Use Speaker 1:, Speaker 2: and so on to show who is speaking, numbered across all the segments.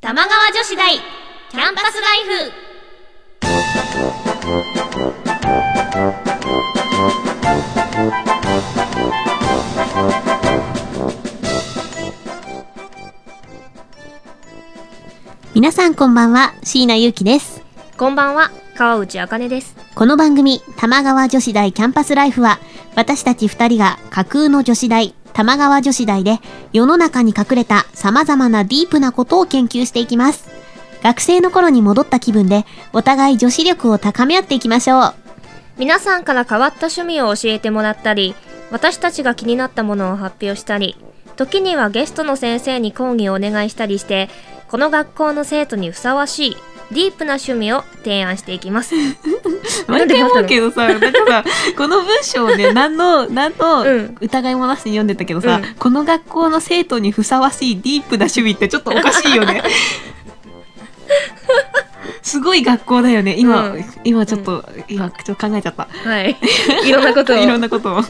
Speaker 1: 玉川女子大キャンパスライフ
Speaker 2: 皆さんこんばんは、椎名ゆうきです。
Speaker 1: こんばんは川内あかねです
Speaker 2: この番組、玉川女子大キャンパスライフは、私たち二人が架空の女子大、玉川女子大で、世の中に隠れた様々なディープなことを研究していきます。学生の頃に戻った気分で、お互い女子力を高め合っていきましょう。
Speaker 1: 皆さんから変わった趣味を教えてもらったり私たちが気になったものを発表したり時にはゲストの先生に講義をお願いしたりしてこの学校の生徒にふさわしいディープな趣味を提案していきます
Speaker 2: 毎回思うけどさ、なんかさ、この文章をね、何の、何の
Speaker 1: うん
Speaker 2: 疑いもなしに読んでたけどさ、
Speaker 1: うん
Speaker 2: この学校の生徒にふさわしいディープな趣味ってちょっとおかしい よね。すごい学校だよね。今、
Speaker 1: うん
Speaker 2: 今ちょっと、今ちょっと考えちゃった。
Speaker 1: はいいろんな ことを
Speaker 2: いろんなこ とを。はい、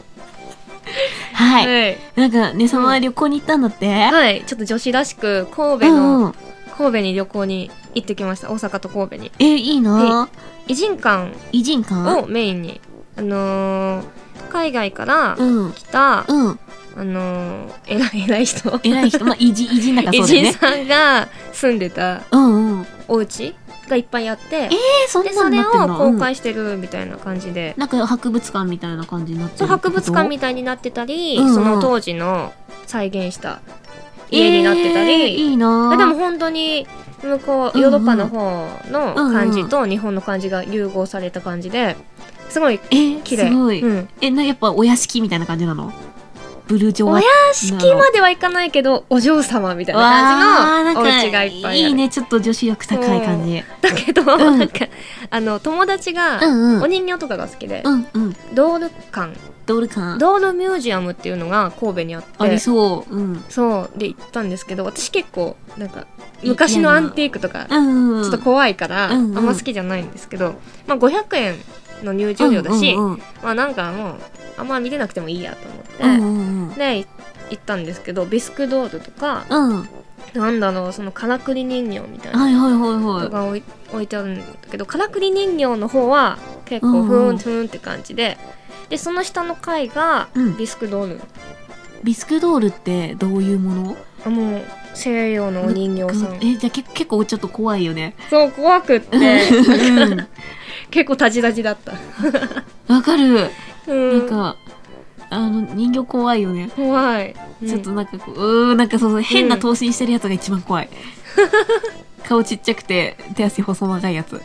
Speaker 1: はい、
Speaker 2: なんかね、その前旅行に行ったんだって。
Speaker 1: はい、ちょっと女子らしく神戸
Speaker 2: うん
Speaker 1: の
Speaker 2: うん。
Speaker 1: 神戸に旅行に行ってきました大阪と神戸に
Speaker 2: え、いいな
Speaker 1: 偉人館
Speaker 2: 偉人館
Speaker 1: をメインにあのー海外から
Speaker 2: うん。
Speaker 1: 来た、
Speaker 2: うん。
Speaker 1: あのー偉い偉い人
Speaker 2: 偉い人。まあ、偉人、偉人だから
Speaker 1: 偉
Speaker 2: そうだよ
Speaker 1: 人
Speaker 2: ね。
Speaker 1: さんが住んでた
Speaker 2: うんうん。
Speaker 1: お家がいっぱいあって
Speaker 2: え、そん
Speaker 1: で
Speaker 2: な
Speaker 1: そ
Speaker 2: ん
Speaker 1: れ
Speaker 2: なってん
Speaker 1: を
Speaker 2: だ
Speaker 1: 公開してるみたいな感じで、
Speaker 2: なんか博物館みたいな感じになってる
Speaker 1: そう博物館み
Speaker 2: た
Speaker 1: たいになってたり、
Speaker 2: うんうん
Speaker 1: その当時の再現した家になってたり、
Speaker 2: いいな
Speaker 1: で
Speaker 2: ぁ
Speaker 1: も本当に向こうヨーロッパの方の感じと日本の感じが融合された感じですごい
Speaker 2: え
Speaker 1: 綺
Speaker 2: す
Speaker 1: 麗
Speaker 2: ごい、
Speaker 1: うん、
Speaker 2: えなやっぱお屋敷みたいな感じなのブルジョ
Speaker 1: お
Speaker 2: ワ
Speaker 1: 屋敷まではいかないけどお嬢様みたいな
Speaker 2: わ
Speaker 1: 感
Speaker 2: ー
Speaker 1: じのお家がいっぱいある
Speaker 2: いいねちょっと女子力高い感じ
Speaker 1: だけど、
Speaker 2: ん
Speaker 1: なんかあの友達が
Speaker 2: うんう
Speaker 1: お
Speaker 2: ん
Speaker 1: 人形とかが好きで、
Speaker 2: うんうん
Speaker 1: ドール館
Speaker 2: ドール感
Speaker 1: ドールミュージアムっていうのが神戸にあって
Speaker 2: ありそううん
Speaker 1: そうで行ったんですけど私結構なんか昔のアンティークとかち
Speaker 2: うんうん
Speaker 1: ょっと怖いから、
Speaker 2: うんうん
Speaker 1: あんま好きじゃないんですけど、まあ、500円の入場料だし、
Speaker 2: うんうん
Speaker 1: まあなんかもうあんま見れなくてもいいやと思って、
Speaker 2: うんうん
Speaker 1: でい行ったんですけどビスクドールとか
Speaker 2: うんうん
Speaker 1: なんだろうそのからくり人形みたいな
Speaker 2: はいはいはい
Speaker 1: の
Speaker 2: は
Speaker 1: が置い置いてあるんだけどからくり人形の方は結構ふ
Speaker 2: うん
Speaker 1: ー
Speaker 2: うん
Speaker 1: んふーんって感じででその下の階が
Speaker 2: うん
Speaker 1: ビスクドール、
Speaker 2: いビスクドールってどういうもの
Speaker 1: あもう西洋のお人形さん、
Speaker 2: えじゃあけ結構ちょっと怖いよ ね
Speaker 1: そう怖くっ
Speaker 2: う
Speaker 1: て
Speaker 2: ん
Speaker 1: 結構タジタジだった
Speaker 2: わかる
Speaker 1: うん
Speaker 2: なんか、あの、人形怖いよね。
Speaker 1: 怖い、うん
Speaker 2: ちょっとなんかこう、うーん、なんかそうそう、変な頭身してるやつが一番 怖い。顔ちっちゃくて、手足細長いやつ。
Speaker 1: あ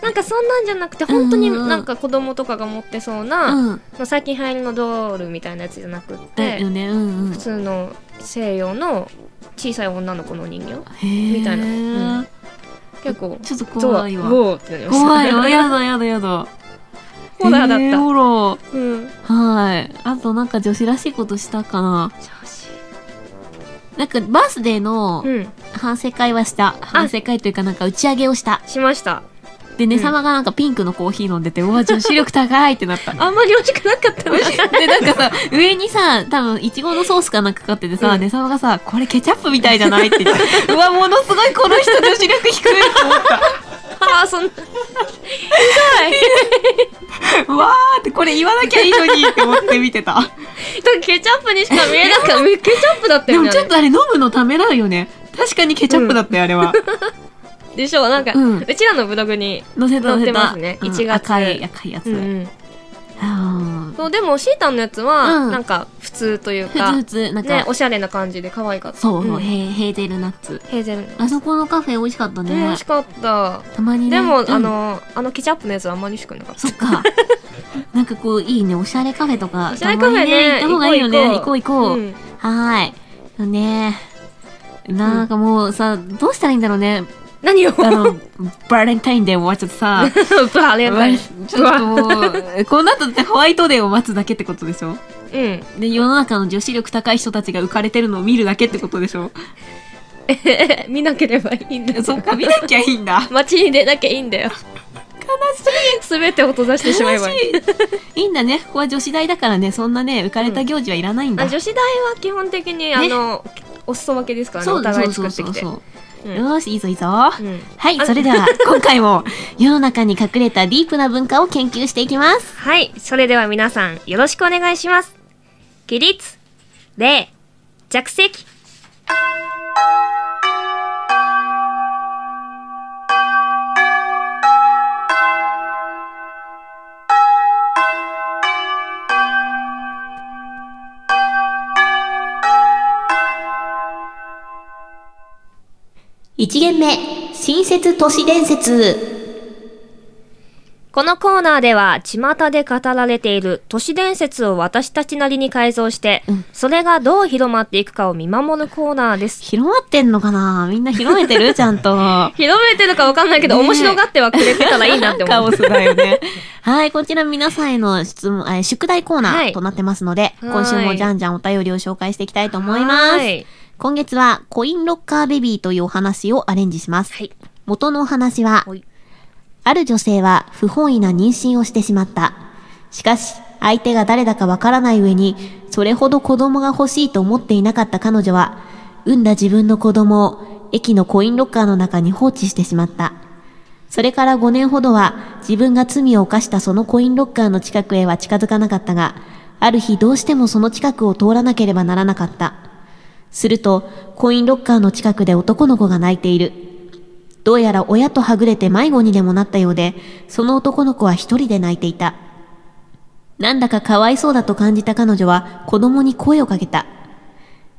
Speaker 1: ーなんかそんなんじゃなくて本当に
Speaker 2: うんうんうん
Speaker 1: なんか子供とかが持ってそうな、
Speaker 2: うん。
Speaker 1: まあ最近流行りのドールみたいなやつじゃなくっ
Speaker 2: だ
Speaker 1: て、
Speaker 2: よね、うんうん。
Speaker 1: 普通の西洋の小さい女の子の人形
Speaker 2: へー
Speaker 1: みたいなうん結構
Speaker 2: ちょっと怖い
Speaker 1: ゾワ
Speaker 2: わ。
Speaker 1: ウォーってなりました
Speaker 2: 怖い わ。やだやだやだ。
Speaker 1: ホラーだった
Speaker 2: えーホラー
Speaker 1: うん
Speaker 2: はい。あとなんか女子らしいことしたかな。なんかバースデーの
Speaker 1: うん
Speaker 2: 反省会はした。反省会というかなんか打ち上げをした。
Speaker 1: しました
Speaker 2: で、
Speaker 1: う
Speaker 2: ね
Speaker 1: ん
Speaker 2: 様がなんかピンクのコーヒー飲んでて、うわ、女子力高いってなった。
Speaker 1: あんまり美味しくなかったね
Speaker 2: で、なんかさ、上にさ、多分、いちごのソースかなんかかかっててさ、
Speaker 1: うん
Speaker 2: ねさまがさ、これケチャップみたいじゃないって言って、うわ、ものすごいこの人女子力低いと思っ
Speaker 1: ああそんな
Speaker 2: た。うわーって、これ言わなきゃいいのにって思って見 てた。
Speaker 1: ケチャップにしか見えな かったケチャップだった
Speaker 2: で
Speaker 1: よ
Speaker 2: も
Speaker 1: ね
Speaker 2: ちょっとあれ飲むのためらうよね。確かにケチャップだったよ、あれは。
Speaker 1: でしょなんか、う
Speaker 2: うん
Speaker 1: ちらのブログに、
Speaker 2: 乗せた
Speaker 1: 乗って
Speaker 2: 乗せ
Speaker 1: ます
Speaker 2: た。
Speaker 1: ね
Speaker 2: うん
Speaker 1: 1月
Speaker 2: 赤い、赤いやつ。あー
Speaker 1: そうでもシータンのやつは、
Speaker 2: うん
Speaker 1: なんか普通という
Speaker 2: ふつ
Speaker 1: か
Speaker 2: ふつ、なんか、
Speaker 1: ねおしゃれな感じで可愛かった
Speaker 2: そう、
Speaker 1: うんヘ
Speaker 2: ヘーヘーゼルナッツ。
Speaker 1: ーゼルね
Speaker 2: あそこのカフェ美味しかった
Speaker 1: 美
Speaker 2: ね
Speaker 1: 味し。かった
Speaker 2: たまにね。
Speaker 1: でも、
Speaker 2: うん
Speaker 1: あのあのケチャップのやつはあんまり美味しくなかった
Speaker 2: そっか。 なんかこう、いいね、おしゃれカフェとか、
Speaker 1: おしゃれカフェね
Speaker 2: たまに行った方がいいよね。
Speaker 1: 行
Speaker 2: 行
Speaker 1: こ
Speaker 2: こ
Speaker 1: う
Speaker 2: う行こう。
Speaker 1: ん
Speaker 2: はーい。よねなんかもうさ、どうしたらいいんだろうね。
Speaker 1: 何を
Speaker 2: あ の、バレンタインデーも終わっちゃって さ、
Speaker 1: バレンタイン
Speaker 2: ちょっともう、 この後ってホワイトデーを待つだけってことでしょ
Speaker 1: うん
Speaker 2: で、世の中の女子力高い人たちが浮かれてるのを見るだけってことで しょ
Speaker 1: え 見なければいいんだよ
Speaker 2: そっか、見なきゃいいんだ。
Speaker 1: 街に出なきゃいいんだよ悲しい全てを閉ざしてしまえばいい
Speaker 2: いいんだね。ここは女子大だからね、そんなね、浮かれた行事はいらないんだ。
Speaker 1: あ女子大は基本的にあの、お裾分けですからね
Speaker 2: そ
Speaker 1: お
Speaker 2: うだ
Speaker 1: 互
Speaker 2: そ
Speaker 1: いう
Speaker 2: そ
Speaker 1: 作
Speaker 2: う
Speaker 1: ってき
Speaker 2: そう
Speaker 1: て
Speaker 2: そうう。
Speaker 1: ん
Speaker 2: よーし、いいぞいいぞ。は
Speaker 1: うん
Speaker 2: い、それでは今回も世の中に隠れたディープな文化を研究していきます。
Speaker 1: はいそれでは皆さんよろしくお願いします起立礼着席
Speaker 2: 1限目、新設都市伝説。
Speaker 1: このコーナーでは巷で語られている都市伝説を私たちなりに改造して、
Speaker 2: うん
Speaker 1: それがどう広まっていくかを見守るコーナーです
Speaker 2: 広まってんのかなみんな広めてるちゃんと。
Speaker 1: 広めてるかわかんないけど、
Speaker 2: ねえ
Speaker 1: 面白がってはくれてたらいいなって
Speaker 2: カ
Speaker 1: 思う
Speaker 2: オスだよね。はい、こちら皆さんへの質問、えー宿題コーナ
Speaker 1: は
Speaker 2: ー
Speaker 1: い
Speaker 2: となってますので、
Speaker 1: はい
Speaker 2: 今週もじゃんじゃんお便りを紹介していきたいと思いま
Speaker 1: は
Speaker 2: す。
Speaker 1: い
Speaker 2: 今月はコインロッカーベビーというお話をアレンジします。
Speaker 1: はい
Speaker 2: 元のお話は
Speaker 1: はい、
Speaker 2: ある女性は不本意な妊娠をしてしまった。しかし、相手が誰だかわからない上に、それほど子供が欲しいと思っていなかった彼女は、産んだ自分の子供を駅のコインロッカーの中に放置してしまった。それから5年ほどは自分が罪を犯したそのコインロッカーの近くへは近づかなかったが、ある日どうしてもその近くを通らなければならなかった。すると、コインロッカーの近くで男の子が泣いている。どうやら親とはぐれて迷子にでもなったようで、その男の子は一人で泣いていた。なんだかかわいそうだと感じた彼女は子供に声をかけた。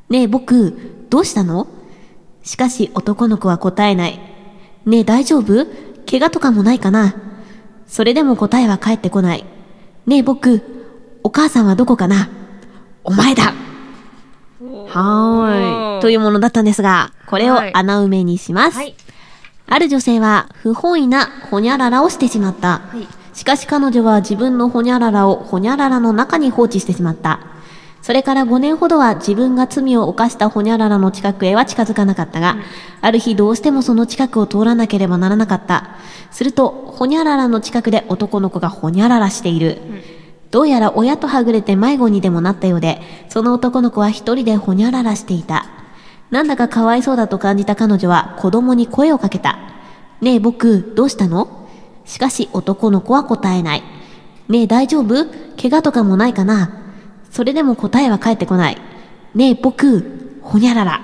Speaker 2: ねえ僕、どうしたのしかし男の子は答えない。ねえ大丈夫怪我とかもないかなそれでも答えは返ってこない。ねえ僕、お母さんはどこかなお前だはーい。といううものだったんですが、これを
Speaker 1: はい
Speaker 2: 穴埋めにします。
Speaker 1: はい
Speaker 2: ある女性は不本意なほにゃららをしてしまっ
Speaker 1: は
Speaker 2: た。
Speaker 1: い
Speaker 2: しかし彼女は自分のほにゃららをほにゃららの中に放置してしまった。それから5年ほどは自分が罪を犯したほにゃららの近くへは近づかなかったが、ある日どうしてもその近くを通らなければならなかった。すると、ほにゃららの近くで男の子がほにゃららしている。どうやら親とはぐれて迷子にでもなったようで、その男の子は一人でほにゃららしていた。なんだかかわいそうだと感じた彼女は子供に声をかけた。ねえ僕、どうしたのしかし男の子は答えない。ねえ大丈夫怪我とかもないかなそれでも答えは返ってこない。ねえ僕、ほにゃらら。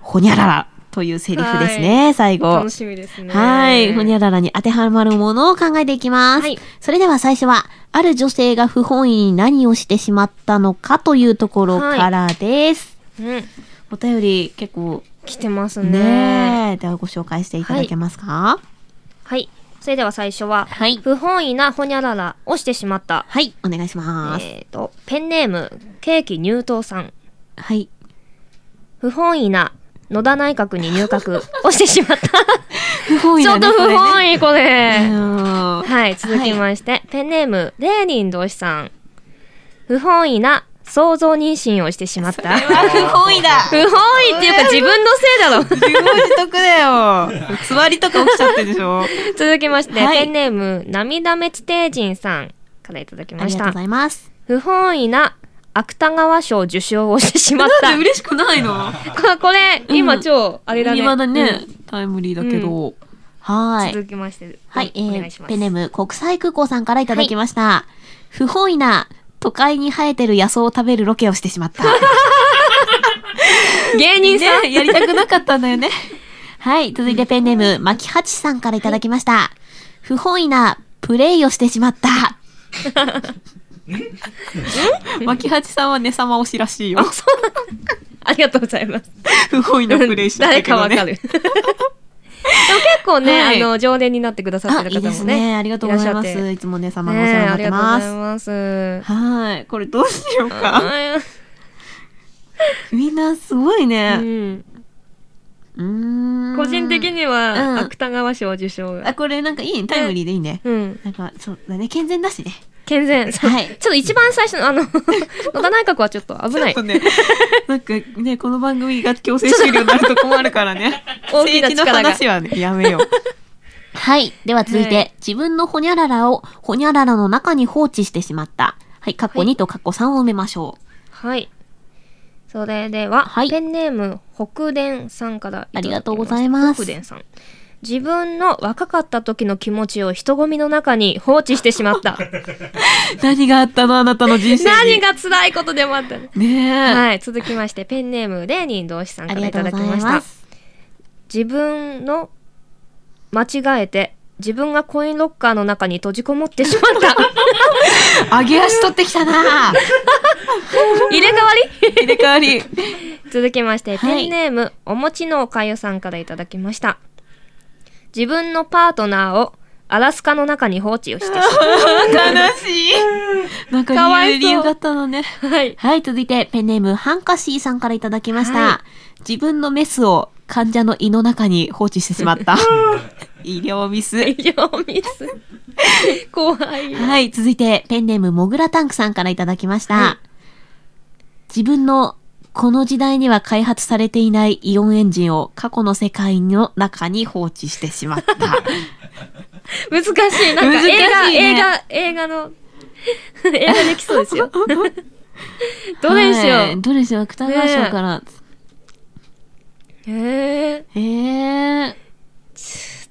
Speaker 2: ほにゃらら。というセリフですね、最後。
Speaker 1: 楽しみですね
Speaker 2: はい。ほにゃららに当てはまるものを考えていきます。
Speaker 1: はい
Speaker 2: それでは最初は、ある女性が不本意に何をしてしまったのかというところからです。
Speaker 1: うん
Speaker 2: お便り結構
Speaker 1: 来てますね
Speaker 2: ねえ、ではご紹介していただけますか
Speaker 1: はいそれでは最初は、
Speaker 2: はい
Speaker 1: 不本意なほにゃららをしてしまった
Speaker 2: はい、お願いします。
Speaker 1: えっ、とペンネームケーキ入党さん
Speaker 2: はい。
Speaker 1: 不本意な野田内閣に入閣をしてしまった。
Speaker 2: 不本意
Speaker 1: ちょ
Speaker 2: だ
Speaker 1: っ
Speaker 2: ね、
Speaker 1: と不
Speaker 2: 意。
Speaker 1: 本意、こ
Speaker 2: う
Speaker 1: れ。
Speaker 2: ん
Speaker 1: はい、続きまして、ペンネーム、レーニン同士さん。不本意な想像妊娠をしてしまった。
Speaker 2: あ不本意だ
Speaker 1: 不本意っていうか自分のせいだろ。
Speaker 2: 不本意得だよ。 つわりとか起きちゃってるでしょ。
Speaker 1: 続きまして、
Speaker 2: はい
Speaker 1: ペンネーム、涙目地底人さんからいただき
Speaker 2: あ
Speaker 1: ま
Speaker 2: り
Speaker 1: し
Speaker 2: がとうご
Speaker 1: た
Speaker 2: ざ。います。
Speaker 1: 不本意な芥川賞受賞をしてしまっ
Speaker 2: だって
Speaker 1: た。
Speaker 2: 嬉しくないの
Speaker 1: ここれ、今超、あれだね。
Speaker 2: 未だね、
Speaker 1: うん
Speaker 2: タイムリーだけど。はい。
Speaker 1: 続きまして、
Speaker 2: はい、え
Speaker 1: お願いし
Speaker 2: ー、
Speaker 1: ます。
Speaker 2: ペンネーム、国際空港さんからいただきました。不本意な、都会に生えてる野草を食べるロケをしてしま った。
Speaker 1: 芸人さん、
Speaker 2: ねやりたくなかったんだよね。はい、続いてペンネーム、牧八さんからいただきました。不本意な、プレイをしてしまった。牧八さんはね様推しらしいよ。
Speaker 1: ありがとうございます。
Speaker 2: 不本意
Speaker 1: 誰かわかる。 でも結構ね、
Speaker 2: はい
Speaker 1: あの、常連になってくださっ
Speaker 2: あ、
Speaker 1: てる
Speaker 2: いい
Speaker 1: 方
Speaker 2: で
Speaker 1: も
Speaker 2: す
Speaker 1: ね。
Speaker 2: ね。ありがとうございま
Speaker 1: らっしゃっ
Speaker 2: す。
Speaker 1: て
Speaker 2: いつもね、様のお世話
Speaker 1: ねあ
Speaker 2: になっ
Speaker 1: りが
Speaker 2: て
Speaker 1: とうご
Speaker 2: ま
Speaker 1: ざい
Speaker 2: す。
Speaker 1: ます。
Speaker 2: はい。これどうしようか。
Speaker 1: は
Speaker 2: みんなすごい
Speaker 1: い
Speaker 2: ね。
Speaker 1: うん
Speaker 2: うーん
Speaker 1: 個人的には、
Speaker 2: うん
Speaker 1: 芥川賞受賞が
Speaker 2: あ、。これなんかいいね。タイムリーでいいね。
Speaker 1: うん。
Speaker 2: なんか、そうだね。健全だしね。
Speaker 1: 健全。そう
Speaker 2: はい
Speaker 1: ちょっと一番最初の、あ の、野田内閣はちょっと危ない。
Speaker 2: ね、 なんかね、この番組が強制終了になると困るから ね。
Speaker 1: 大きな力が
Speaker 2: 政治はね、やめよう。 はい。では続いて、
Speaker 1: は
Speaker 2: 自分のほにゃららをほにゃららの中に放置してしまった。はい。かっこ
Speaker 1: はい
Speaker 2: 2とかっこ3を埋めましょう。
Speaker 1: はい。それでは、
Speaker 2: はい
Speaker 1: ペンネーム北電さんからただき
Speaker 2: ありがとうございます
Speaker 1: 北電さん自分の若かった時の気持ちを人混みの中に放置してしまった
Speaker 2: 何があったのあなたの人生
Speaker 1: 何
Speaker 2: が
Speaker 1: が辛いことでもあったね
Speaker 2: ねえ、
Speaker 1: はい続きましてペンネームレーニン同士さん
Speaker 2: あ
Speaker 1: から
Speaker 2: りが
Speaker 1: い
Speaker 2: と
Speaker 1: た
Speaker 2: うご
Speaker 1: だき
Speaker 2: ざい
Speaker 1: ました
Speaker 2: ます
Speaker 1: 自分の間違えて自分がコインロッカーの中に閉じこもってしま った
Speaker 2: 揚げ足取ってきたな
Speaker 1: 入れ替わり
Speaker 2: 入れ替 わり
Speaker 1: 続きまして、
Speaker 2: は
Speaker 1: ペ
Speaker 2: い
Speaker 1: ンネームおもちのおかゆさんからいただきました自分のパートナーをアラスカの中に放置をしてしまっ
Speaker 2: 悲しいなん
Speaker 1: か
Speaker 2: か
Speaker 1: わ
Speaker 2: 理
Speaker 1: いそう
Speaker 2: 由理由があったのね
Speaker 1: た はい
Speaker 2: はい、続いてペンネームハンカシーさんからいただきました。
Speaker 1: は
Speaker 2: 自分のメスを患者の胃の中に放置してしまった。 医療ミス。
Speaker 1: 医療ミス怖いよ
Speaker 2: はい、続いてペンネームモグラタンクさんからいただきました。
Speaker 1: は
Speaker 2: 自分のこの時代には開発されていないイオンエンジンを過去の世界の中に放置してしまった。
Speaker 1: 難しいなんか
Speaker 2: 難しい
Speaker 1: 映画、
Speaker 2: ね
Speaker 1: 映画映画の映画でき そうですよ どれにしよう、
Speaker 2: はいどれにしよう芥川賞から。
Speaker 1: へえ
Speaker 2: へえ。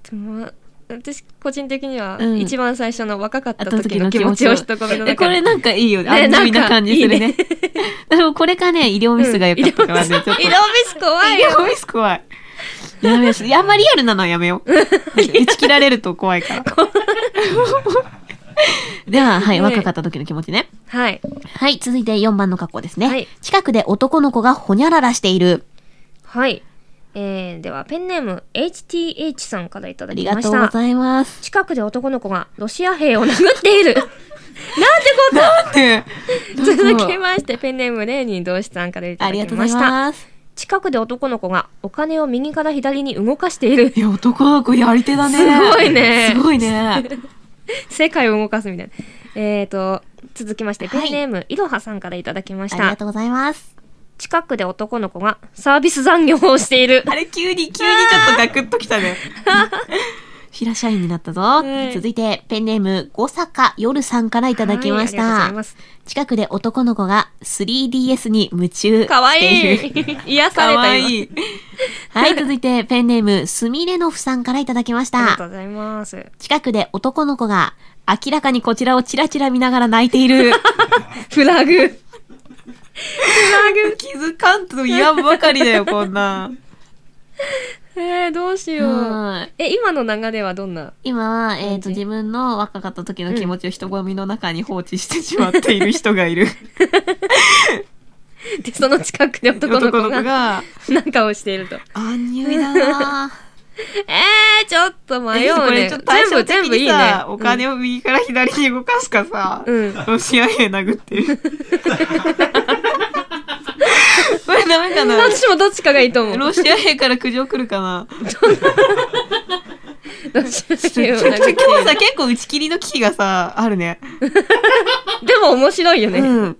Speaker 1: でも私個人的には、
Speaker 2: うん
Speaker 1: 一番最初の若かった
Speaker 2: あった
Speaker 1: 時の気持ちを人混みの
Speaker 2: え、こ
Speaker 1: 中
Speaker 2: れ
Speaker 1: に
Speaker 2: なんかいいよね。
Speaker 1: ね
Speaker 2: 安住な
Speaker 1: なんか
Speaker 2: 感じするね
Speaker 1: いい。
Speaker 2: でもこれかね、医療ミスが良かったからね、ちょっと。
Speaker 1: 色ミス怖い
Speaker 2: 医療
Speaker 1: よ
Speaker 2: ミス怖い。やめよう。いやあんまリアルなのはやめよう。 打ち切られると怖いから。では、はい、
Speaker 1: はい
Speaker 2: 若かった時の気持ちね。
Speaker 1: はい
Speaker 2: はい、続いて4番の格好ですね。
Speaker 1: はい
Speaker 2: 近くで男の子がほにゃららしている。
Speaker 1: はいえー、ではペンネーム HTH さんからいた
Speaker 2: あ
Speaker 1: だ
Speaker 2: り
Speaker 1: き
Speaker 2: が
Speaker 1: ま
Speaker 2: と
Speaker 1: し
Speaker 2: うご
Speaker 1: た
Speaker 2: ざいます。
Speaker 1: 近くで男の子がロシア兵を殴ってい るなんてこ
Speaker 2: で
Speaker 1: と続きましてペンネームレーニン同士さんからい
Speaker 2: あ
Speaker 1: ただ
Speaker 2: りが
Speaker 1: き
Speaker 2: とうご
Speaker 1: ま
Speaker 2: ざい
Speaker 1: した
Speaker 2: ます。
Speaker 1: 近くで男の子がお金を右から左に動かしてい る
Speaker 2: いや、男の子やり手だね。
Speaker 1: すごいね
Speaker 2: すごいね。
Speaker 1: 世界を動かすみたいなえーと続きまして
Speaker 2: はい
Speaker 1: ペンネームいろはさんからいただきまし
Speaker 2: あり
Speaker 1: た
Speaker 2: がとうございます。
Speaker 1: 近くで男の子がサービス残業をしている
Speaker 2: あれ、急に、急にちょっとガクッときたね。 平社員になったぞ。
Speaker 1: い
Speaker 2: 続いて、ペンネーム、五坂夜さんからいただきまし
Speaker 1: はいありがと
Speaker 2: た
Speaker 1: うござい。ます
Speaker 2: 近くで男の子が 3DS に夢中。
Speaker 1: かわい
Speaker 2: してる。
Speaker 1: い癒さ
Speaker 2: か
Speaker 1: れた
Speaker 2: わ
Speaker 1: 今
Speaker 2: いい。はい、続いて、ペンネーム、すみれのふさんからいただきまし
Speaker 1: ありがと
Speaker 2: た。
Speaker 1: うございます
Speaker 2: 近くで男の子が、明らかにこちらをチラチラ見ながら泣いている。
Speaker 1: フラグフラ
Speaker 2: 気づかんと言わんばかりだよ、こん な。
Speaker 1: グえー、どうしよう
Speaker 2: はい。
Speaker 1: え今の流れはどんな
Speaker 2: 今は、えっ、と、
Speaker 1: 感じ
Speaker 2: 自分の若かった時の気持ちを人混みの中に放置してしまっている人がいる。
Speaker 1: でその近くで 男の
Speaker 2: 男の
Speaker 1: 子が
Speaker 2: 子が、
Speaker 1: なんかをしていると
Speaker 2: 安入だなぁ。
Speaker 1: えー、ちょっと 迷
Speaker 2: え
Speaker 1: う
Speaker 2: これ
Speaker 1: ね
Speaker 2: ちょっと対
Speaker 1: 全
Speaker 2: 照
Speaker 1: 部
Speaker 2: 的
Speaker 1: 全部い
Speaker 2: に
Speaker 1: いね
Speaker 2: さ、お金を右から左に動かすかさ、
Speaker 1: うん
Speaker 2: ロシア兵殴って る。これダメかな
Speaker 1: 私もどっちかがいいと思う
Speaker 2: ロシア兵から苦情来るかな
Speaker 1: どっちかがいい
Speaker 2: 今
Speaker 1: よ
Speaker 2: 日
Speaker 1: なんか
Speaker 2: さ、結構打ち切りの危機がさ、あるね。
Speaker 1: でも面白いよね、
Speaker 2: うん。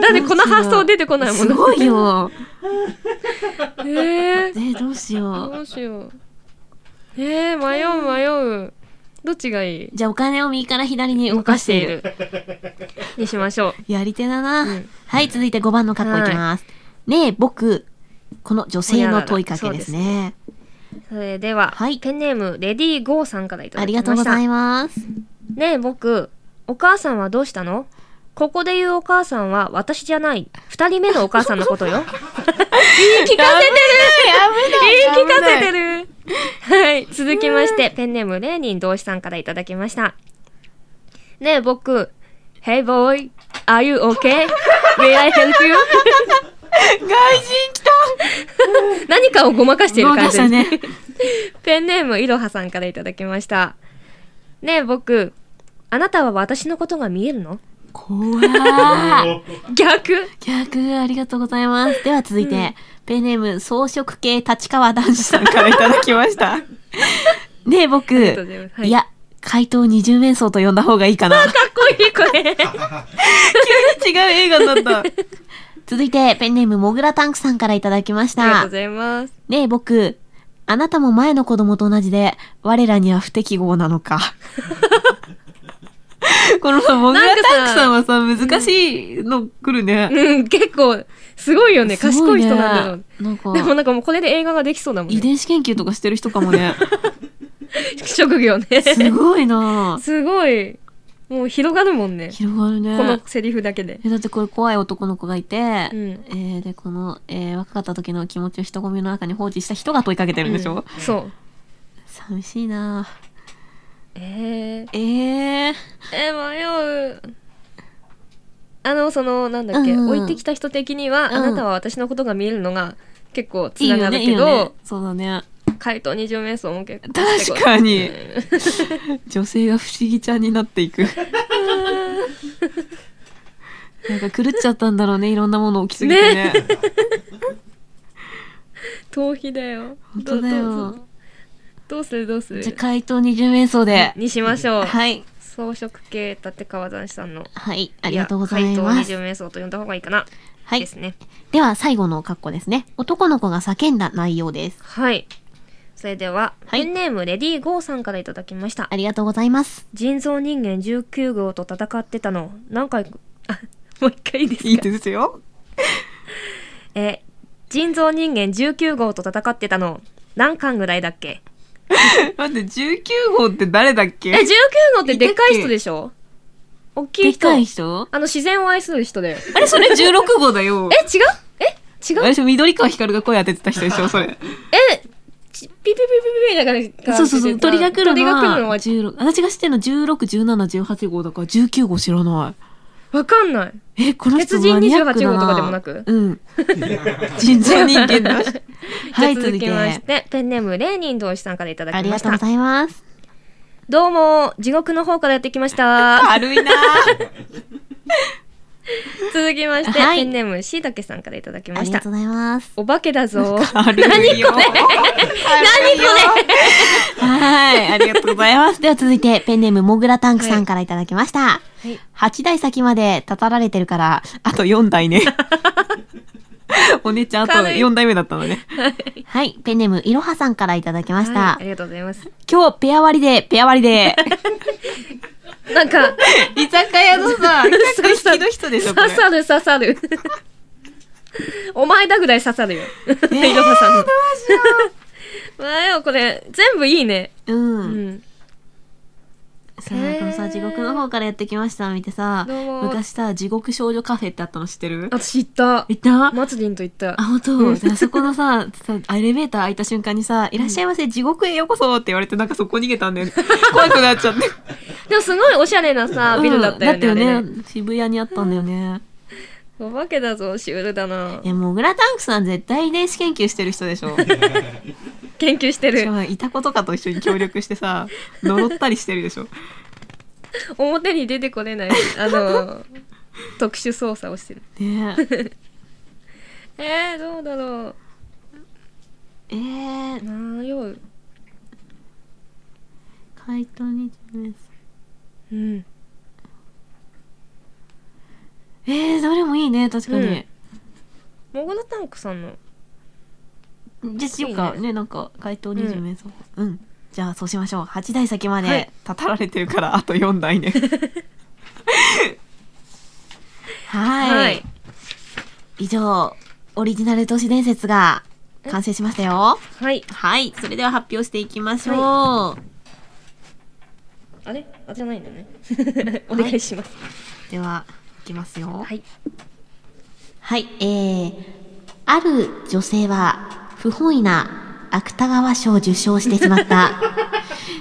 Speaker 1: だってこの発想出てこないも
Speaker 2: す
Speaker 1: ん
Speaker 2: ごいよ。
Speaker 1: えー
Speaker 2: え、どうしよう。
Speaker 1: どうしよう。えー、迷う迷う。どっちがいい
Speaker 2: じゃあお金を右から左に動かしている。。
Speaker 1: にしましょう。
Speaker 2: やり手だな。
Speaker 1: うん
Speaker 2: はい、続いて5番の格好いきます。ねえ、僕。この女性の問いかけですね。
Speaker 1: それでは、
Speaker 2: はい
Speaker 1: ペンネーム、レディーゴーさんからいた
Speaker 2: あ
Speaker 1: だき
Speaker 2: り
Speaker 1: ま
Speaker 2: が
Speaker 1: した。
Speaker 2: とうござい ます。
Speaker 1: ねえ、僕、お母さんはどうしたのここで言うお母さんは私じゃない、二人目のお母さんのこと よ。言い聞かせてる言い聞かせて
Speaker 2: る
Speaker 1: る はい。続きまして、ペンネーム、レーニン同士さんからいただきました。ねえ、僕。Hey boy, are you okay? May I help you?
Speaker 2: 外人来た
Speaker 1: 何かをごまかしている感じです。
Speaker 2: ごまかし
Speaker 1: ペンネーム、いろはさんからいただきました。ねえ、僕。あなたは私のことが見えるの
Speaker 2: 怖い
Speaker 1: 逆
Speaker 2: 逆ありがとうございます。では続いて、ペンネーム装飾系立川男子さんからいただきました。 ねえ僕、
Speaker 1: が とうございますはい
Speaker 2: いや、怪盗二重面相と呼んだ方がいいかな。
Speaker 1: かっこいい、 これ。
Speaker 2: 違う映画になった。 続いて、ペンネームモグラタンクさんからいただきまし
Speaker 1: ありがとう
Speaker 2: た
Speaker 1: ご。ざいます。
Speaker 2: ねえ僕、あなたも前の子供と同じで、我らには不適合なのか。 このさ、モグラ
Speaker 1: なんかさ
Speaker 2: タンクさんはさ、難しいの来るね。
Speaker 1: うん、結構、すごいよね。
Speaker 2: すご
Speaker 1: 賢い人なんだろう
Speaker 2: ね。なんか
Speaker 1: でもなんかもうこれで映画ができそうだもん
Speaker 2: 遺
Speaker 1: ね。
Speaker 2: 伝子研究とかしてる人かも ね。
Speaker 1: 職業ね。
Speaker 2: すごい なぁ
Speaker 1: すごい。もう広がるもんね。
Speaker 2: 広がるね。
Speaker 1: このセリフだけで。
Speaker 2: えだってこれ怖い男の子がいて、
Speaker 1: うん。
Speaker 2: えーで、この、えー若かった時の気持ちを人混みの中に放置した人が問いかけてるんでしょ、
Speaker 1: うんそう。
Speaker 2: 寂しいなぁ
Speaker 1: えー、
Speaker 2: えー、
Speaker 1: えー、迷う。あの、その、なんだっけ、
Speaker 2: うんうん
Speaker 1: 置いてきた人的には、
Speaker 2: うん
Speaker 1: あなたは私のことが見えるのが結構
Speaker 2: いい
Speaker 1: つな
Speaker 2: よ
Speaker 1: がる
Speaker 2: ね、いい
Speaker 1: け
Speaker 2: よ
Speaker 1: ど
Speaker 2: ね、。そうだね。
Speaker 1: 怪盗二十面相も結構。
Speaker 2: 確かに。女性が不思議ちゃんになっていく。 なんか狂っちゃったんだろうね、いろんなもの起きすぎてね。
Speaker 1: 逃避だよ。
Speaker 2: 本当
Speaker 1: ど
Speaker 2: だ
Speaker 1: う
Speaker 2: よ。
Speaker 1: どうするどうする
Speaker 2: じゃあ、回答二重面相で。
Speaker 1: にしましょう。
Speaker 2: はい。
Speaker 1: 装飾系立川山さんの。
Speaker 2: はい、ありがとうござい
Speaker 1: や怪
Speaker 2: ます。
Speaker 1: 盗二十面相と呼んだ方がいいかな。
Speaker 2: は
Speaker 1: で
Speaker 2: い
Speaker 1: す。ね。
Speaker 2: では、最後の括弧ですね。男の子が叫んだ内容です。
Speaker 1: はい。それでは、
Speaker 2: はい
Speaker 1: ペンネームレディーゴーさんからいただきました
Speaker 2: あ。りがとうございます。
Speaker 1: 人造人間19号と戦ってたの、何回、あ、もう一回いいですか
Speaker 2: です よ。
Speaker 1: え、人造人間19号と戦ってたの、何巻ぐらいだっけ
Speaker 3: 待って、19号って誰だっ
Speaker 1: え、
Speaker 3: け
Speaker 1: 19号ってでかい人でしょ大き
Speaker 2: で
Speaker 1: い人。
Speaker 2: かい人
Speaker 1: あの、自然を愛する人だよ。
Speaker 3: あれ、そ れ16号だよ
Speaker 1: え、。違うえ、
Speaker 3: あ
Speaker 1: 違
Speaker 3: れ
Speaker 1: う
Speaker 3: でしょ、緑川光が声当ててた人でしょ、それ。
Speaker 1: え、ちピピピピピだから、
Speaker 2: そうそうそう。鳥が来る
Speaker 1: 鳥
Speaker 2: の
Speaker 1: が来るの
Speaker 2: は
Speaker 1: は、
Speaker 2: 16、私が知ってるの16、17、18号だから19号知らない。
Speaker 1: わかんない。
Speaker 2: え、この人
Speaker 1: 鉄人
Speaker 2: マニアックだ
Speaker 1: 28号とかでもなく
Speaker 2: うん。 人造人間だ。はい、
Speaker 1: じゃあ
Speaker 2: 続
Speaker 1: 続
Speaker 2: い
Speaker 1: き
Speaker 2: て。
Speaker 1: まして、ペンネームレーニン同士さんからいただ
Speaker 2: あ
Speaker 1: き
Speaker 2: り
Speaker 1: ま
Speaker 2: が
Speaker 1: し
Speaker 2: とうご
Speaker 1: た。
Speaker 2: ざいます。
Speaker 1: どうも、地獄の方からやってきました。
Speaker 3: 軽いな
Speaker 1: 続きまして、
Speaker 2: はい
Speaker 1: ペンネームしいたけさんからいただき
Speaker 2: あ
Speaker 1: ま
Speaker 2: り
Speaker 1: し
Speaker 2: が
Speaker 1: た
Speaker 2: と。うございます。
Speaker 1: お化けだぞ。
Speaker 3: 軽いよ。何これ何これ
Speaker 2: はい、ありがとうございます。では続いて、ペンネームモグラタンクさんからいただきました。
Speaker 1: い
Speaker 2: 8台先までたたられてるから、
Speaker 3: あと4代ね。お姉ちゃん、あと
Speaker 1: 軽い
Speaker 3: 4代目だったのね。
Speaker 2: はい、ペンネームいろはさんからいただきました。
Speaker 1: はいありがとうございます。
Speaker 2: 今日、ペア割りで、ペア割りで。
Speaker 1: なんか、
Speaker 3: 居酒屋のさ、
Speaker 1: そう
Speaker 3: 客
Speaker 1: そう
Speaker 3: 引きの人でしょ、こ
Speaker 1: 刺
Speaker 3: れ。
Speaker 1: さる刺さる。お前だぐらい刺さるよ。いろはさんの。まあでもこれ、全部いいね。
Speaker 2: うん。
Speaker 1: うん。
Speaker 2: さあ、このさ、地獄の方からやってきました、見てさ、
Speaker 1: どうも
Speaker 2: 昔さ、地獄少女カフェってあったの知ってる
Speaker 1: あ、知った。
Speaker 2: 行った
Speaker 1: マツリンと言った
Speaker 2: あ、。本当、であそこのさ、さエレベーター開いた瞬間にさ、いらっしゃいませ、地獄へようこそって言われて、なんかそこ逃げたんだよね。 怖くなっちゃって。
Speaker 1: でもすごいおしゃれなさ、ビルだったよね。あ
Speaker 2: うんだ
Speaker 1: れ
Speaker 2: っ
Speaker 1: ね
Speaker 2: たよね。渋谷にあったんだよね。
Speaker 1: お化けだぞ、シュールだな。
Speaker 2: え、もうグラタンクさん絶対遺伝子研究してる人で しょ。
Speaker 1: 研究して
Speaker 3: しか
Speaker 1: る。
Speaker 3: も、いた子とかと一緒に協力してさ、呪ったりしてるで しょ。
Speaker 1: 表に出てこれない。あ の、特殊操作をしてる。
Speaker 2: ね
Speaker 1: えー、どうだろ
Speaker 2: え。えー
Speaker 1: う。、迷う。
Speaker 2: 回答に
Speaker 1: うん。
Speaker 2: えー、どれもいいね、確かに。
Speaker 1: モグラタンクさんの。
Speaker 2: じゃあしようか
Speaker 1: いい
Speaker 2: ね
Speaker 1: ね
Speaker 2: なんか回答20名相うん、じゃあそうしましょう8台先まで、
Speaker 1: は
Speaker 2: はいい、
Speaker 3: たたられてるから、あと4代 ね。
Speaker 1: はい
Speaker 2: 以上オリジナル都市伝説が完成しましたよ
Speaker 1: はい。
Speaker 2: はいそれでは発表していきましょう、
Speaker 1: あれあじゃないんだね。お願いします。
Speaker 2: ではいきますよ
Speaker 1: はい。
Speaker 2: はい、えー、ある女性は不本意な芥川賞を受賞してしまった。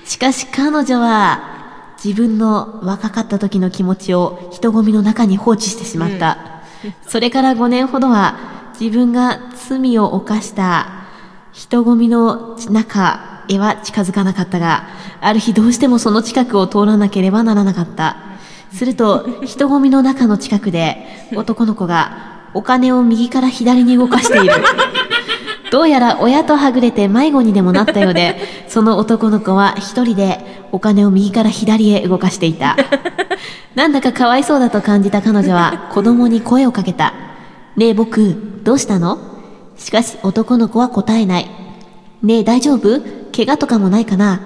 Speaker 2: しかし彼女は自分の若かった時の気持ちを人混みの中に放置してしまった。それから5年ほどは自分が罪を犯した人混みの中へは近づかなかったが、ある日どうしてもその近くを通らなければならなかった。すると、人混みの中の近くで、男の子がお金を右から左に動かしている。どうやら親とはぐれて迷子にでもなったようで、その男の子は一人でお金を右から左へ動かしていた。なんだかかわいそうだと感じた彼 女は子供に声をかけた。ねえ僕、どうしたのしかし男の子は答えない。ねえ大丈夫怪我とかもないかな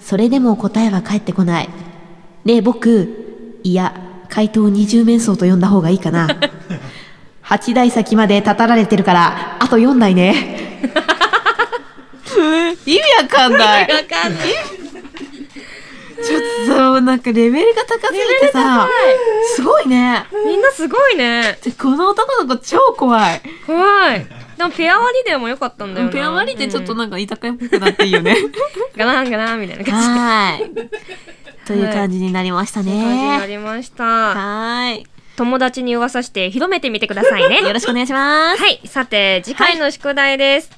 Speaker 2: それでも答えは返ってこない。ねえ僕、いや、怪盗二重面相と呼んだ方がいい かな。8台先まで立たられてるから、あと4台ね。
Speaker 3: 意味わかんない。
Speaker 1: わかんない。
Speaker 3: ちょっとそうなんかレベルが高すぎてさ、すごいね。
Speaker 1: みんなすごいね。
Speaker 3: でこの男の子超怖い。
Speaker 1: 怖い。でもペア割りでもよかったんだよな。
Speaker 3: ペア割りでちょっと
Speaker 1: な、
Speaker 3: なんか居酒屋っぽくなっていいよね。
Speaker 1: ん、ガランガランみたいな感じ。
Speaker 2: はい。という感じになりました
Speaker 1: そういう感じにな
Speaker 2: ね。
Speaker 1: りました。
Speaker 2: はい。
Speaker 1: 友達に噂して広めてみてください ね。
Speaker 2: よろしくお願いします。
Speaker 1: はい、さて、次回の宿題です。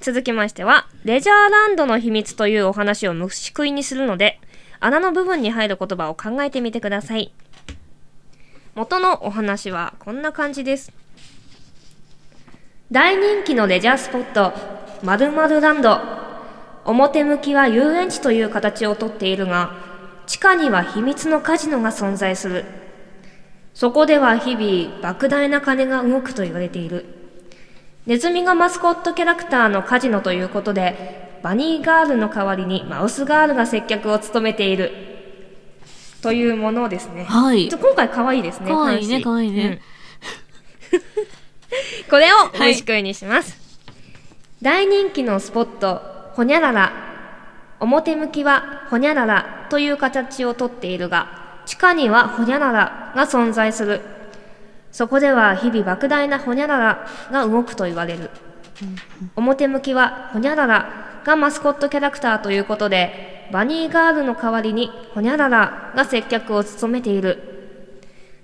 Speaker 1: 続きましては、レジャーランドの秘密というお話を虫食いにするので、穴の部分に入る言葉を考えてみてください。元のお話はこんな感じです。大人気のレジャースポット、〇〇ランド。表向きは遊園地という形をとっているが、地下には秘密のカジノが存在する。そこでは日々、莫大な金が動くと言われている。ネズミがマスコットキャラクターのカジノということで、バニーガールの代わりにマウスガールが接客を務めている。というものですね。
Speaker 2: はい
Speaker 1: ちょ今回可愛いですね。
Speaker 2: 可愛いね
Speaker 1: 話
Speaker 2: 可愛いね。
Speaker 1: うんこれを
Speaker 2: い
Speaker 1: 美味しくにします。大人気のスポット、ほにゃらら。表向きはほにゃららという形をとっているが、地下にはほにゃららが存在する。そこでは日々莫大なほにゃららが動くと言われる。表向きはほにゃららがマスコットキャラクターということで、バニーガールの代わりにほにゃららが接客を務めている。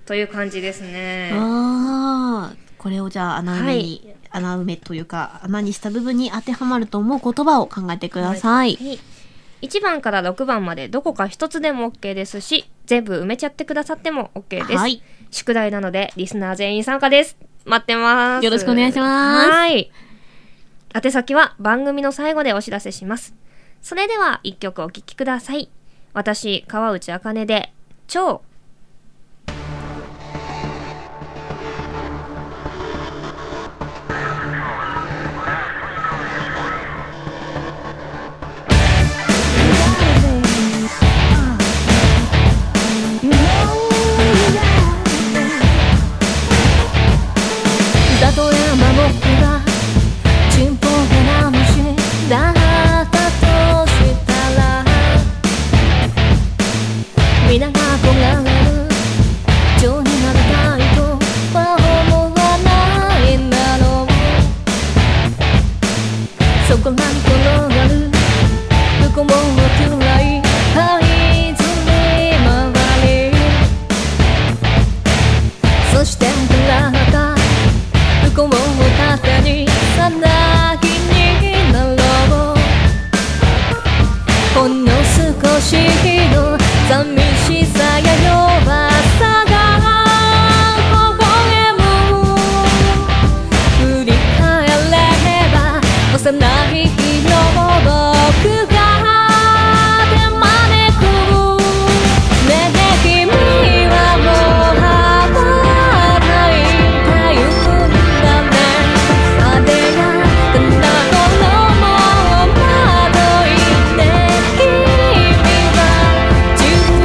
Speaker 1: という感じですね。
Speaker 2: ああ、これをじゃあ穴埋めに、穴埋めというか、穴にした部分に当てはまると思う言葉を考えてください。
Speaker 1: はい1番から6番までどこか1つでも OK ですし、全部埋めちゃってくださっても OK です。
Speaker 2: はい
Speaker 1: 宿題なので、リスナー全員参加です。待ってます。
Speaker 2: よろしくお願いします
Speaker 1: はい。宛先は番組の最後でお知らせします。それでは、一曲お聴きください。私、川内茜で、超
Speaker 4: たとえ守ってたチンポがな虫だったとしたら皆が憧れる蝶になりたいとは思わないんだろうそこらに転がる向こうを暗い灰ずり回りそして暗かった向こうを肩にさなぎになろうほんの少しの寂しさや弱さが微笑む振り返れば幼い日の僕が手招くねえ君はもう働いてゆくんだねあでやかな頃もまどいて君は自分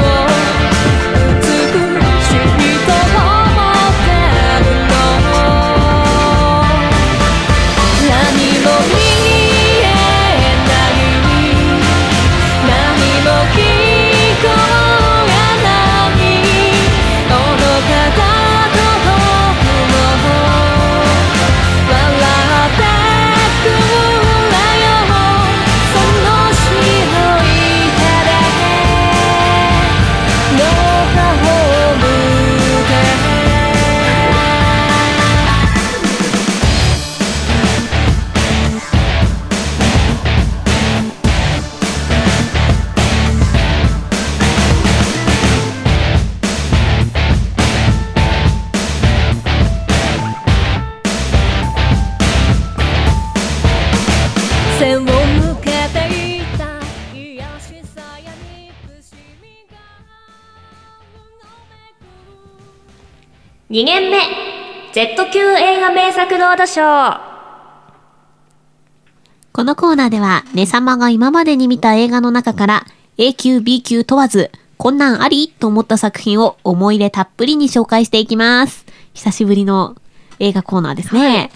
Speaker 4: を美しいと思ってるの何も見えない何も聞こえない愚かだと僕も笑ってくれよその白い手でどうかを向け背を向けていた癒しさや憎しみが
Speaker 1: 2限目 Z 級映画名作ロードショー
Speaker 2: このコーナーでは、ね様が今までに見た映画の中から、A 級、B 級問わず、こんなんありと思った作品を思い入れたっぷりに紹介していきます。久しぶりの映画コーナーですね。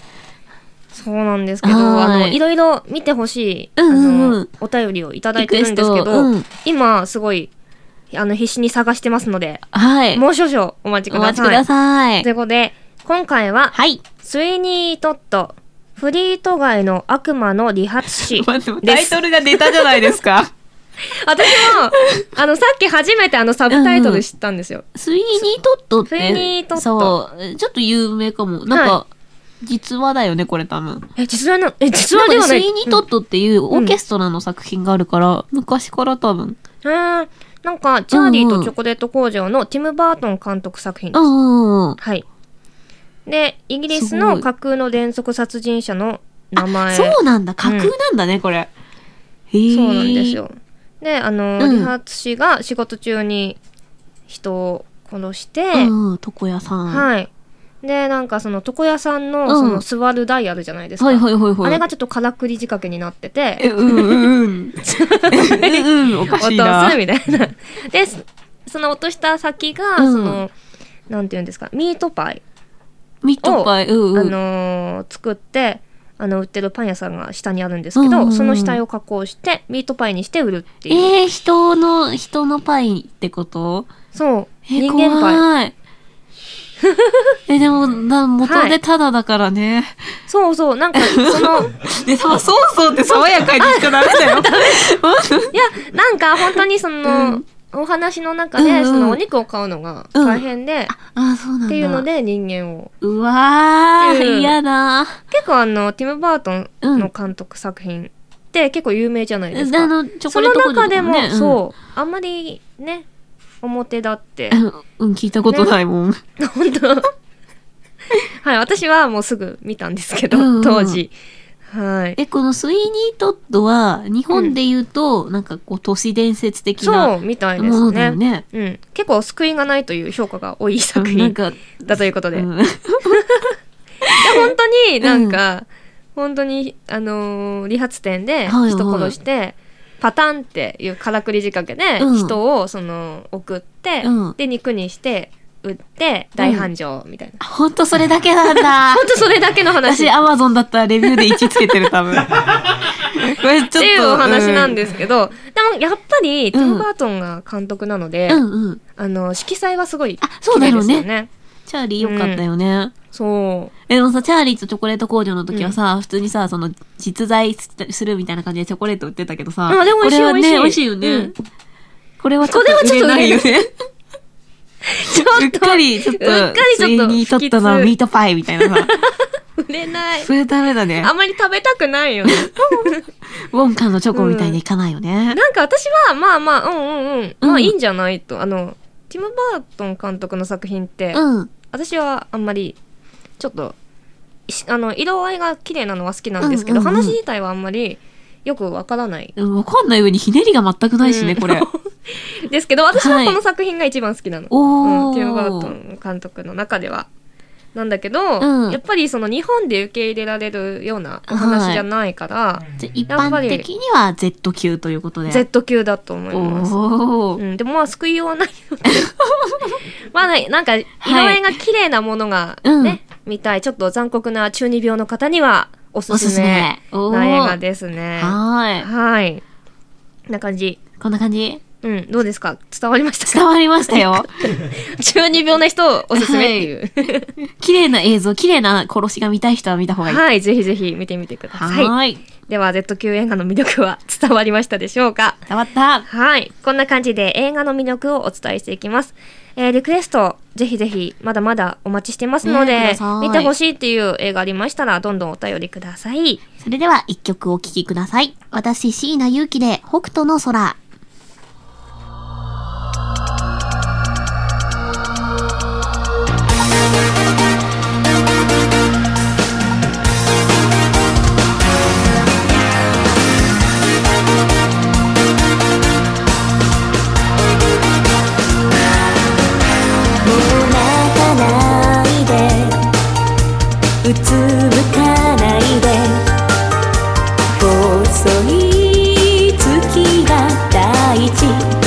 Speaker 1: そうなんですけど、
Speaker 2: はい
Speaker 1: あの、いろいろ見てほしい、
Speaker 2: うんうんうん
Speaker 1: あの、お便りをいただいてるんですけ
Speaker 2: リクエス
Speaker 1: ど、
Speaker 2: トうん
Speaker 1: 今、すごい、あの、必死に探してますので、
Speaker 2: はい。
Speaker 1: もう少々お待ちく
Speaker 2: お
Speaker 1: だ
Speaker 2: 待ち
Speaker 1: さ
Speaker 2: く
Speaker 1: い。
Speaker 2: ださい
Speaker 1: とい。うことで、今回は、
Speaker 2: はい。
Speaker 1: スイニートット、フリート街の悪魔の理髪 師
Speaker 3: 待って待って
Speaker 1: で
Speaker 3: タイ
Speaker 1: す。
Speaker 3: トルがネタじゃないですか。
Speaker 1: 私も、あ の、さっき初めてあのサブタイトル知ったんですよ。
Speaker 2: スイニートットって、
Speaker 1: スイニートット
Speaker 2: そう、ちょっと有名かも。なんか、実話だよね、これ多分。
Speaker 1: え、実話の、え、実話では
Speaker 2: んか
Speaker 1: な
Speaker 2: ね
Speaker 1: い。
Speaker 2: スイニートットっていうオーケストラの作品があるから、昔から多分。
Speaker 1: うんうんなんか、チャーリーとチョコレート工場のティム・バートン監督作品です
Speaker 2: う。んうん。
Speaker 1: はい。で、イギリス
Speaker 2: すご
Speaker 1: の
Speaker 2: い
Speaker 1: 架空の連続殺人者の名前。
Speaker 2: そうなんだ。架空なんだね、これ。へー
Speaker 1: そうなんです。よ。で、あの、
Speaker 2: うん
Speaker 1: 理髪師が仕事中に人を殺して、
Speaker 2: うんうん、床屋さん。はい
Speaker 1: はい。で、なんかその床屋さんの、
Speaker 2: うん
Speaker 1: その座る台あるじゃないですか。
Speaker 2: はいはいはい。
Speaker 1: あれがちょっとからくり仕掛けになって
Speaker 3: え、
Speaker 1: て、
Speaker 3: うんうんうん。うんうん、おか
Speaker 1: 落とす
Speaker 3: しい
Speaker 1: み
Speaker 3: な。
Speaker 1: たいな。で、そその落とした先が、
Speaker 2: うん
Speaker 1: その、なんていうんですか、ミートパイ、
Speaker 2: ミッドパイ、うんうん。
Speaker 1: あのー作って、あの、売ってるパン屋さんが下にあるんですけ
Speaker 2: うんうん
Speaker 1: ど、
Speaker 2: うん
Speaker 1: その死体を加工して、ミートパイにして売るっていう。
Speaker 2: えー、人の、人のパイってこと
Speaker 1: そう。
Speaker 2: えー、
Speaker 1: 人間パイ。
Speaker 2: 怖い。 え、でも、な元でタダだからね。
Speaker 1: そうそう。なんか、そ の、
Speaker 3: で、そうそうって爽やかに言っちゃダメだよ。
Speaker 1: いや、なんか本当にその、お話の中
Speaker 2: うんう
Speaker 1: で、
Speaker 2: ん
Speaker 1: そのお肉を買うのが大変で、
Speaker 2: あ、そうなんだ。
Speaker 1: っていうので人間を。
Speaker 2: うわ
Speaker 1: っていう
Speaker 2: ー、嫌だ。
Speaker 1: 結構あの、ティム・バートンの監督作品って結構有名じゃないですか。
Speaker 2: あの、チョコ
Speaker 1: そ
Speaker 2: レー
Speaker 1: の
Speaker 2: ト工場
Speaker 1: 中で
Speaker 2: とか
Speaker 1: も、
Speaker 2: ね
Speaker 1: そう、あんまりね、表立って
Speaker 2: う、ん。うん、聞いたことないもん。
Speaker 1: 本当はい、私はもうすぐ見たんですけど、
Speaker 2: うんうん
Speaker 1: 当時。はい。
Speaker 2: え、このスイニートットは、日本で言うと、なんかこう、都市伝説的
Speaker 1: そ
Speaker 2: な
Speaker 1: う、みたいで
Speaker 2: も
Speaker 1: す
Speaker 2: のだよ
Speaker 1: ね。
Speaker 2: ね。
Speaker 1: うん。結構救いがないという評価が多い作
Speaker 2: うんな
Speaker 1: 品
Speaker 2: んか、
Speaker 1: だということで。
Speaker 2: うん
Speaker 1: で本当になんか、本当に、あのー理髪店で
Speaker 2: はいはい
Speaker 1: 人殺して、パタンっていうからくり仕掛けで
Speaker 2: うん
Speaker 1: 人をその送って、
Speaker 2: うん
Speaker 1: で肉にして売って大繁盛みたいな、
Speaker 2: あほんとそれだけな んだ。
Speaker 1: 本当それだけの話
Speaker 2: 私、
Speaker 1: っ
Speaker 2: アマゾンだったらレビューで1つけてる、多分。 これちょっと。
Speaker 1: ていうお話なん
Speaker 2: で。
Speaker 1: ですけど、でもやっぱりティム・バートンが監督なので、
Speaker 2: うんうん。
Speaker 1: あの色彩はすごい
Speaker 2: あそう
Speaker 1: 綺
Speaker 2: だ
Speaker 1: 麗
Speaker 2: ろ
Speaker 1: で
Speaker 2: う
Speaker 1: す
Speaker 2: ね
Speaker 1: よね。
Speaker 2: チャーリーよかったよね。
Speaker 1: そう
Speaker 2: え、でもさ、チャーリーとチョコレート工場の時はさ、普通にさ、その、実在するみたいな感じでチョコレート売ってたけどさ。
Speaker 1: あでも美味しい
Speaker 2: これはね、
Speaker 1: 美
Speaker 2: 美
Speaker 1: 味
Speaker 2: 味
Speaker 1: し
Speaker 2: し
Speaker 1: い
Speaker 2: いよね。
Speaker 1: うん
Speaker 2: これはちょっ
Speaker 1: これは
Speaker 2: と
Speaker 1: ちょっ
Speaker 2: 売
Speaker 1: と売
Speaker 2: れな
Speaker 1: れ
Speaker 2: い
Speaker 1: ない
Speaker 2: よね。
Speaker 1: ちょっと
Speaker 2: うっかり、ちょっと、
Speaker 1: うっかりちょっと
Speaker 2: ついに取ったのは
Speaker 1: 不吉
Speaker 2: ミートパイみたいな さ。
Speaker 1: 売れない
Speaker 2: それダメだね
Speaker 1: あ。んまり食べたくない よね
Speaker 2: ウォンカのチョコみたいにいかないよね。
Speaker 1: なんか私は、まあまあ、うんうんうん。
Speaker 2: うん
Speaker 1: まあいいんじゃないと。あの、ティム・バートン監督の作品って、
Speaker 2: うん。
Speaker 1: 私はあんまり、ちょっと、しあの、色合いが綺麗なのは好きなんですけど、
Speaker 2: うんうんうん
Speaker 1: 話自体はあんまりよくわからない。
Speaker 2: うんわかんない上にひねりが全くないしね、これ。
Speaker 1: ですけど、私は
Speaker 2: はい
Speaker 1: この作品が一番好きなの。
Speaker 2: お
Speaker 1: うん、
Speaker 2: ー。
Speaker 1: ティム・バートン監督の中では。なんだけど、
Speaker 2: うん
Speaker 1: やっぱりその日本で受け入れられるようなお話じゃないから、
Speaker 2: じゃ一
Speaker 1: やっぱり
Speaker 2: 般的には Z 級ということで。
Speaker 1: Z 級だと思います。
Speaker 2: お
Speaker 1: う
Speaker 2: ー。
Speaker 1: ん、でもまあ救いようは ないのでまあねなんか色合いが綺麗なものがね、
Speaker 2: うん
Speaker 1: 見たいちょっと残酷な中二病の方にはおす
Speaker 2: おす
Speaker 1: す
Speaker 2: す
Speaker 1: め
Speaker 2: め。お
Speaker 1: な映画
Speaker 2: ー。
Speaker 1: ですねは
Speaker 2: はー
Speaker 1: いこんな感じ
Speaker 2: い。こんな感じ
Speaker 1: うんどうですか伝わりました
Speaker 2: 伝わりましたよ。
Speaker 1: か中二病の人をおすすめっていう
Speaker 2: 綺麗な映像、綺麗な殺しが見たい人は見た方が
Speaker 1: はい
Speaker 2: い。
Speaker 1: い、ぜひぜひ見てみてください、
Speaker 2: はーい。
Speaker 1: では Z 級映画の魅力は伝わりましたでしょうか
Speaker 2: 伝わった。
Speaker 1: はい。こんな感じで映画の魅力をお伝えしていきます。えーリクエスト、ぜひぜひ、まだまだお待ちしてますので、
Speaker 2: ねください
Speaker 1: 見てほしいっていう映画ありましたら、どんどんお便りください。
Speaker 2: それでは一曲お聴きください。私、椎名祐希で北斗の空。
Speaker 4: もう泣かないでうつむかないで細い月が漂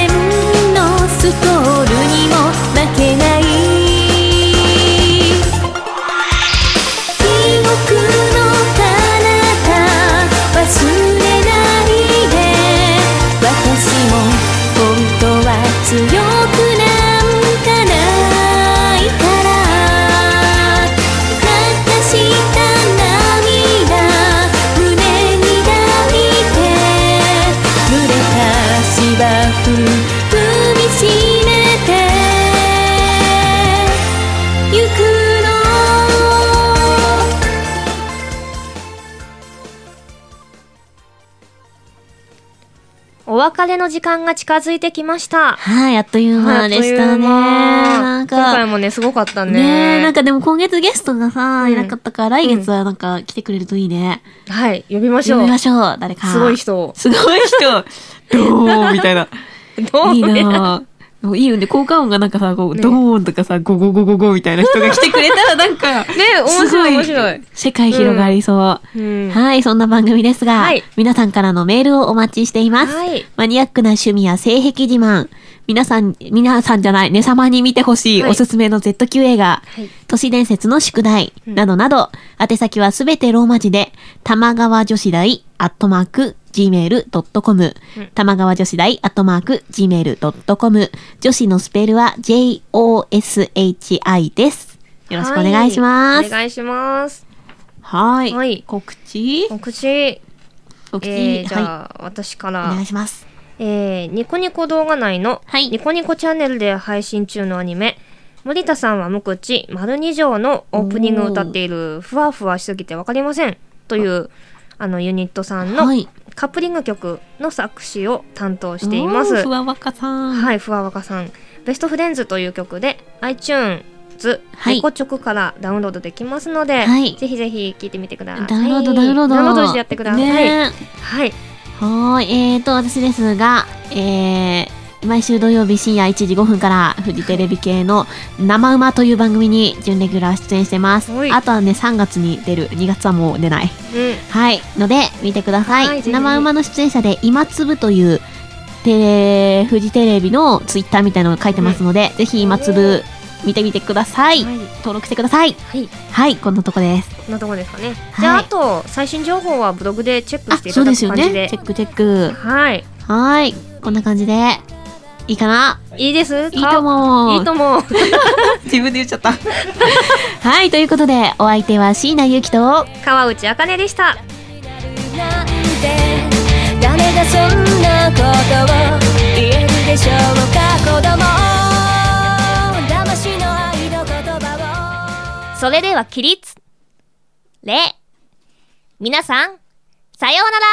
Speaker 4: スコールにも負けない記憶の彼方忘れないで私も本当は強くなんかないから流した涙胸に抱いて濡れた芝生踏みしめてゆくの
Speaker 1: お別れの時間が近づいてきました。
Speaker 2: はい、あっという間でしたね。
Speaker 1: あ
Speaker 2: な
Speaker 1: っ
Speaker 2: ん
Speaker 1: という間今
Speaker 2: か
Speaker 1: 回、もね、すごかったね。
Speaker 2: ねえ、なんかでも今月ゲストがさ、
Speaker 1: うん
Speaker 2: いなかったから、来月はなんか来てくれるといいね。
Speaker 1: はい、呼びまし
Speaker 2: 呼
Speaker 1: ょう
Speaker 2: び。ましょう、誰か。
Speaker 1: すごい。人を。
Speaker 2: すごい 人。どーンみたいな。
Speaker 1: どう
Speaker 2: いいなぁ。もういいよね。効果音がなんかさ、こう、
Speaker 1: ね
Speaker 2: ドーンとかさ、ゴゴゴゴゴみたいな 人が来てくれたらなんか、
Speaker 1: ね 面
Speaker 2: すご
Speaker 1: 白い面白い。。
Speaker 2: 世界広がりそう。
Speaker 1: うん
Speaker 2: はい、そんな番組ですが、
Speaker 1: はい
Speaker 2: 皆さんからのメールをお待ちしています。
Speaker 1: はい
Speaker 2: マニアックな趣味や性癖自慢、皆さん、皆さんじゃない、ねさまに見てほしい、
Speaker 1: はい
Speaker 2: おすすめの Z 級映画、
Speaker 1: はい
Speaker 2: 都市伝説の宿題、
Speaker 1: うん
Speaker 2: などなど、宛先はすべてローマ字で、玉川女子大、アットマーク、gmail.com
Speaker 1: うん、
Speaker 2: 玉川女子大、アットマーク、gmail.com、女子のスペルは joshi です。よろしくお願いしま
Speaker 1: はい
Speaker 2: す。
Speaker 1: お願いします。
Speaker 2: はい。
Speaker 1: はい
Speaker 2: 告知
Speaker 1: 告知、
Speaker 2: 告知、
Speaker 1: えー、じ
Speaker 2: は
Speaker 1: ゃあ、私か
Speaker 2: い。お
Speaker 1: ら
Speaker 2: 願い、します。
Speaker 1: えー、ニコニコ動画内の、
Speaker 2: はい
Speaker 1: ニコニコチャンネルで配信中のアニメ、森田さんは無口、丸二条のオープニングを歌っている、ふわふわしすぎてわかりません、という、あの、ユニットさん
Speaker 2: は
Speaker 1: の
Speaker 2: い。
Speaker 1: カップリング曲の作詞を担当しています。
Speaker 2: おーふわわかさん。い。
Speaker 1: はい、ふわわかさん。ベストフレンズという曲で iTunes、
Speaker 2: はい
Speaker 1: ニコチョクからダウンロードできますので、
Speaker 2: はい
Speaker 1: ぜひぜひ聴いてみてください。
Speaker 2: ダウンロード、ダウンロード。
Speaker 1: ダウンロードしてやってください。
Speaker 2: ね
Speaker 1: はい。
Speaker 2: はーい。えーと、私ですが、えー、毎週土曜日深夜1時5分からフジテレビ系の生馬という番組に準レギュラー出演してます。
Speaker 1: はい
Speaker 2: あとはね、3月に出る。2月はもう出ない。
Speaker 1: うん。
Speaker 2: はい。ので、見てください。
Speaker 1: はいぜひぜひ
Speaker 2: 生馬の出演者で、今粒という、テレ、フジテレビのツイッターみたいなのが書いてますので、ぜひ今粒見てみてください。
Speaker 1: はい。
Speaker 2: 登録してください。
Speaker 1: はい。
Speaker 2: はい、こんなとこです。
Speaker 1: こんなとこですかね。じゃあ、
Speaker 2: はい
Speaker 1: あと、最新情報はブログでチェックしてい
Speaker 2: そ
Speaker 1: た
Speaker 2: う
Speaker 1: だ
Speaker 2: です
Speaker 1: く
Speaker 2: よ
Speaker 1: 感じ
Speaker 2: ね。
Speaker 1: で。
Speaker 2: チェックチェック。
Speaker 1: はい。
Speaker 2: はーい。こんな感じで。いいかない
Speaker 1: いですか
Speaker 2: いいと思う。
Speaker 1: いいとも。
Speaker 2: 自分で言っちゃった。 はい。ということで、お相手は椎名ゆきと、
Speaker 1: 川内あかねでした。
Speaker 4: なんて誰がそんなことを言えるでしょうか子供騙しの愛の言葉を
Speaker 1: それでは、起立。礼。皆さん、さようなら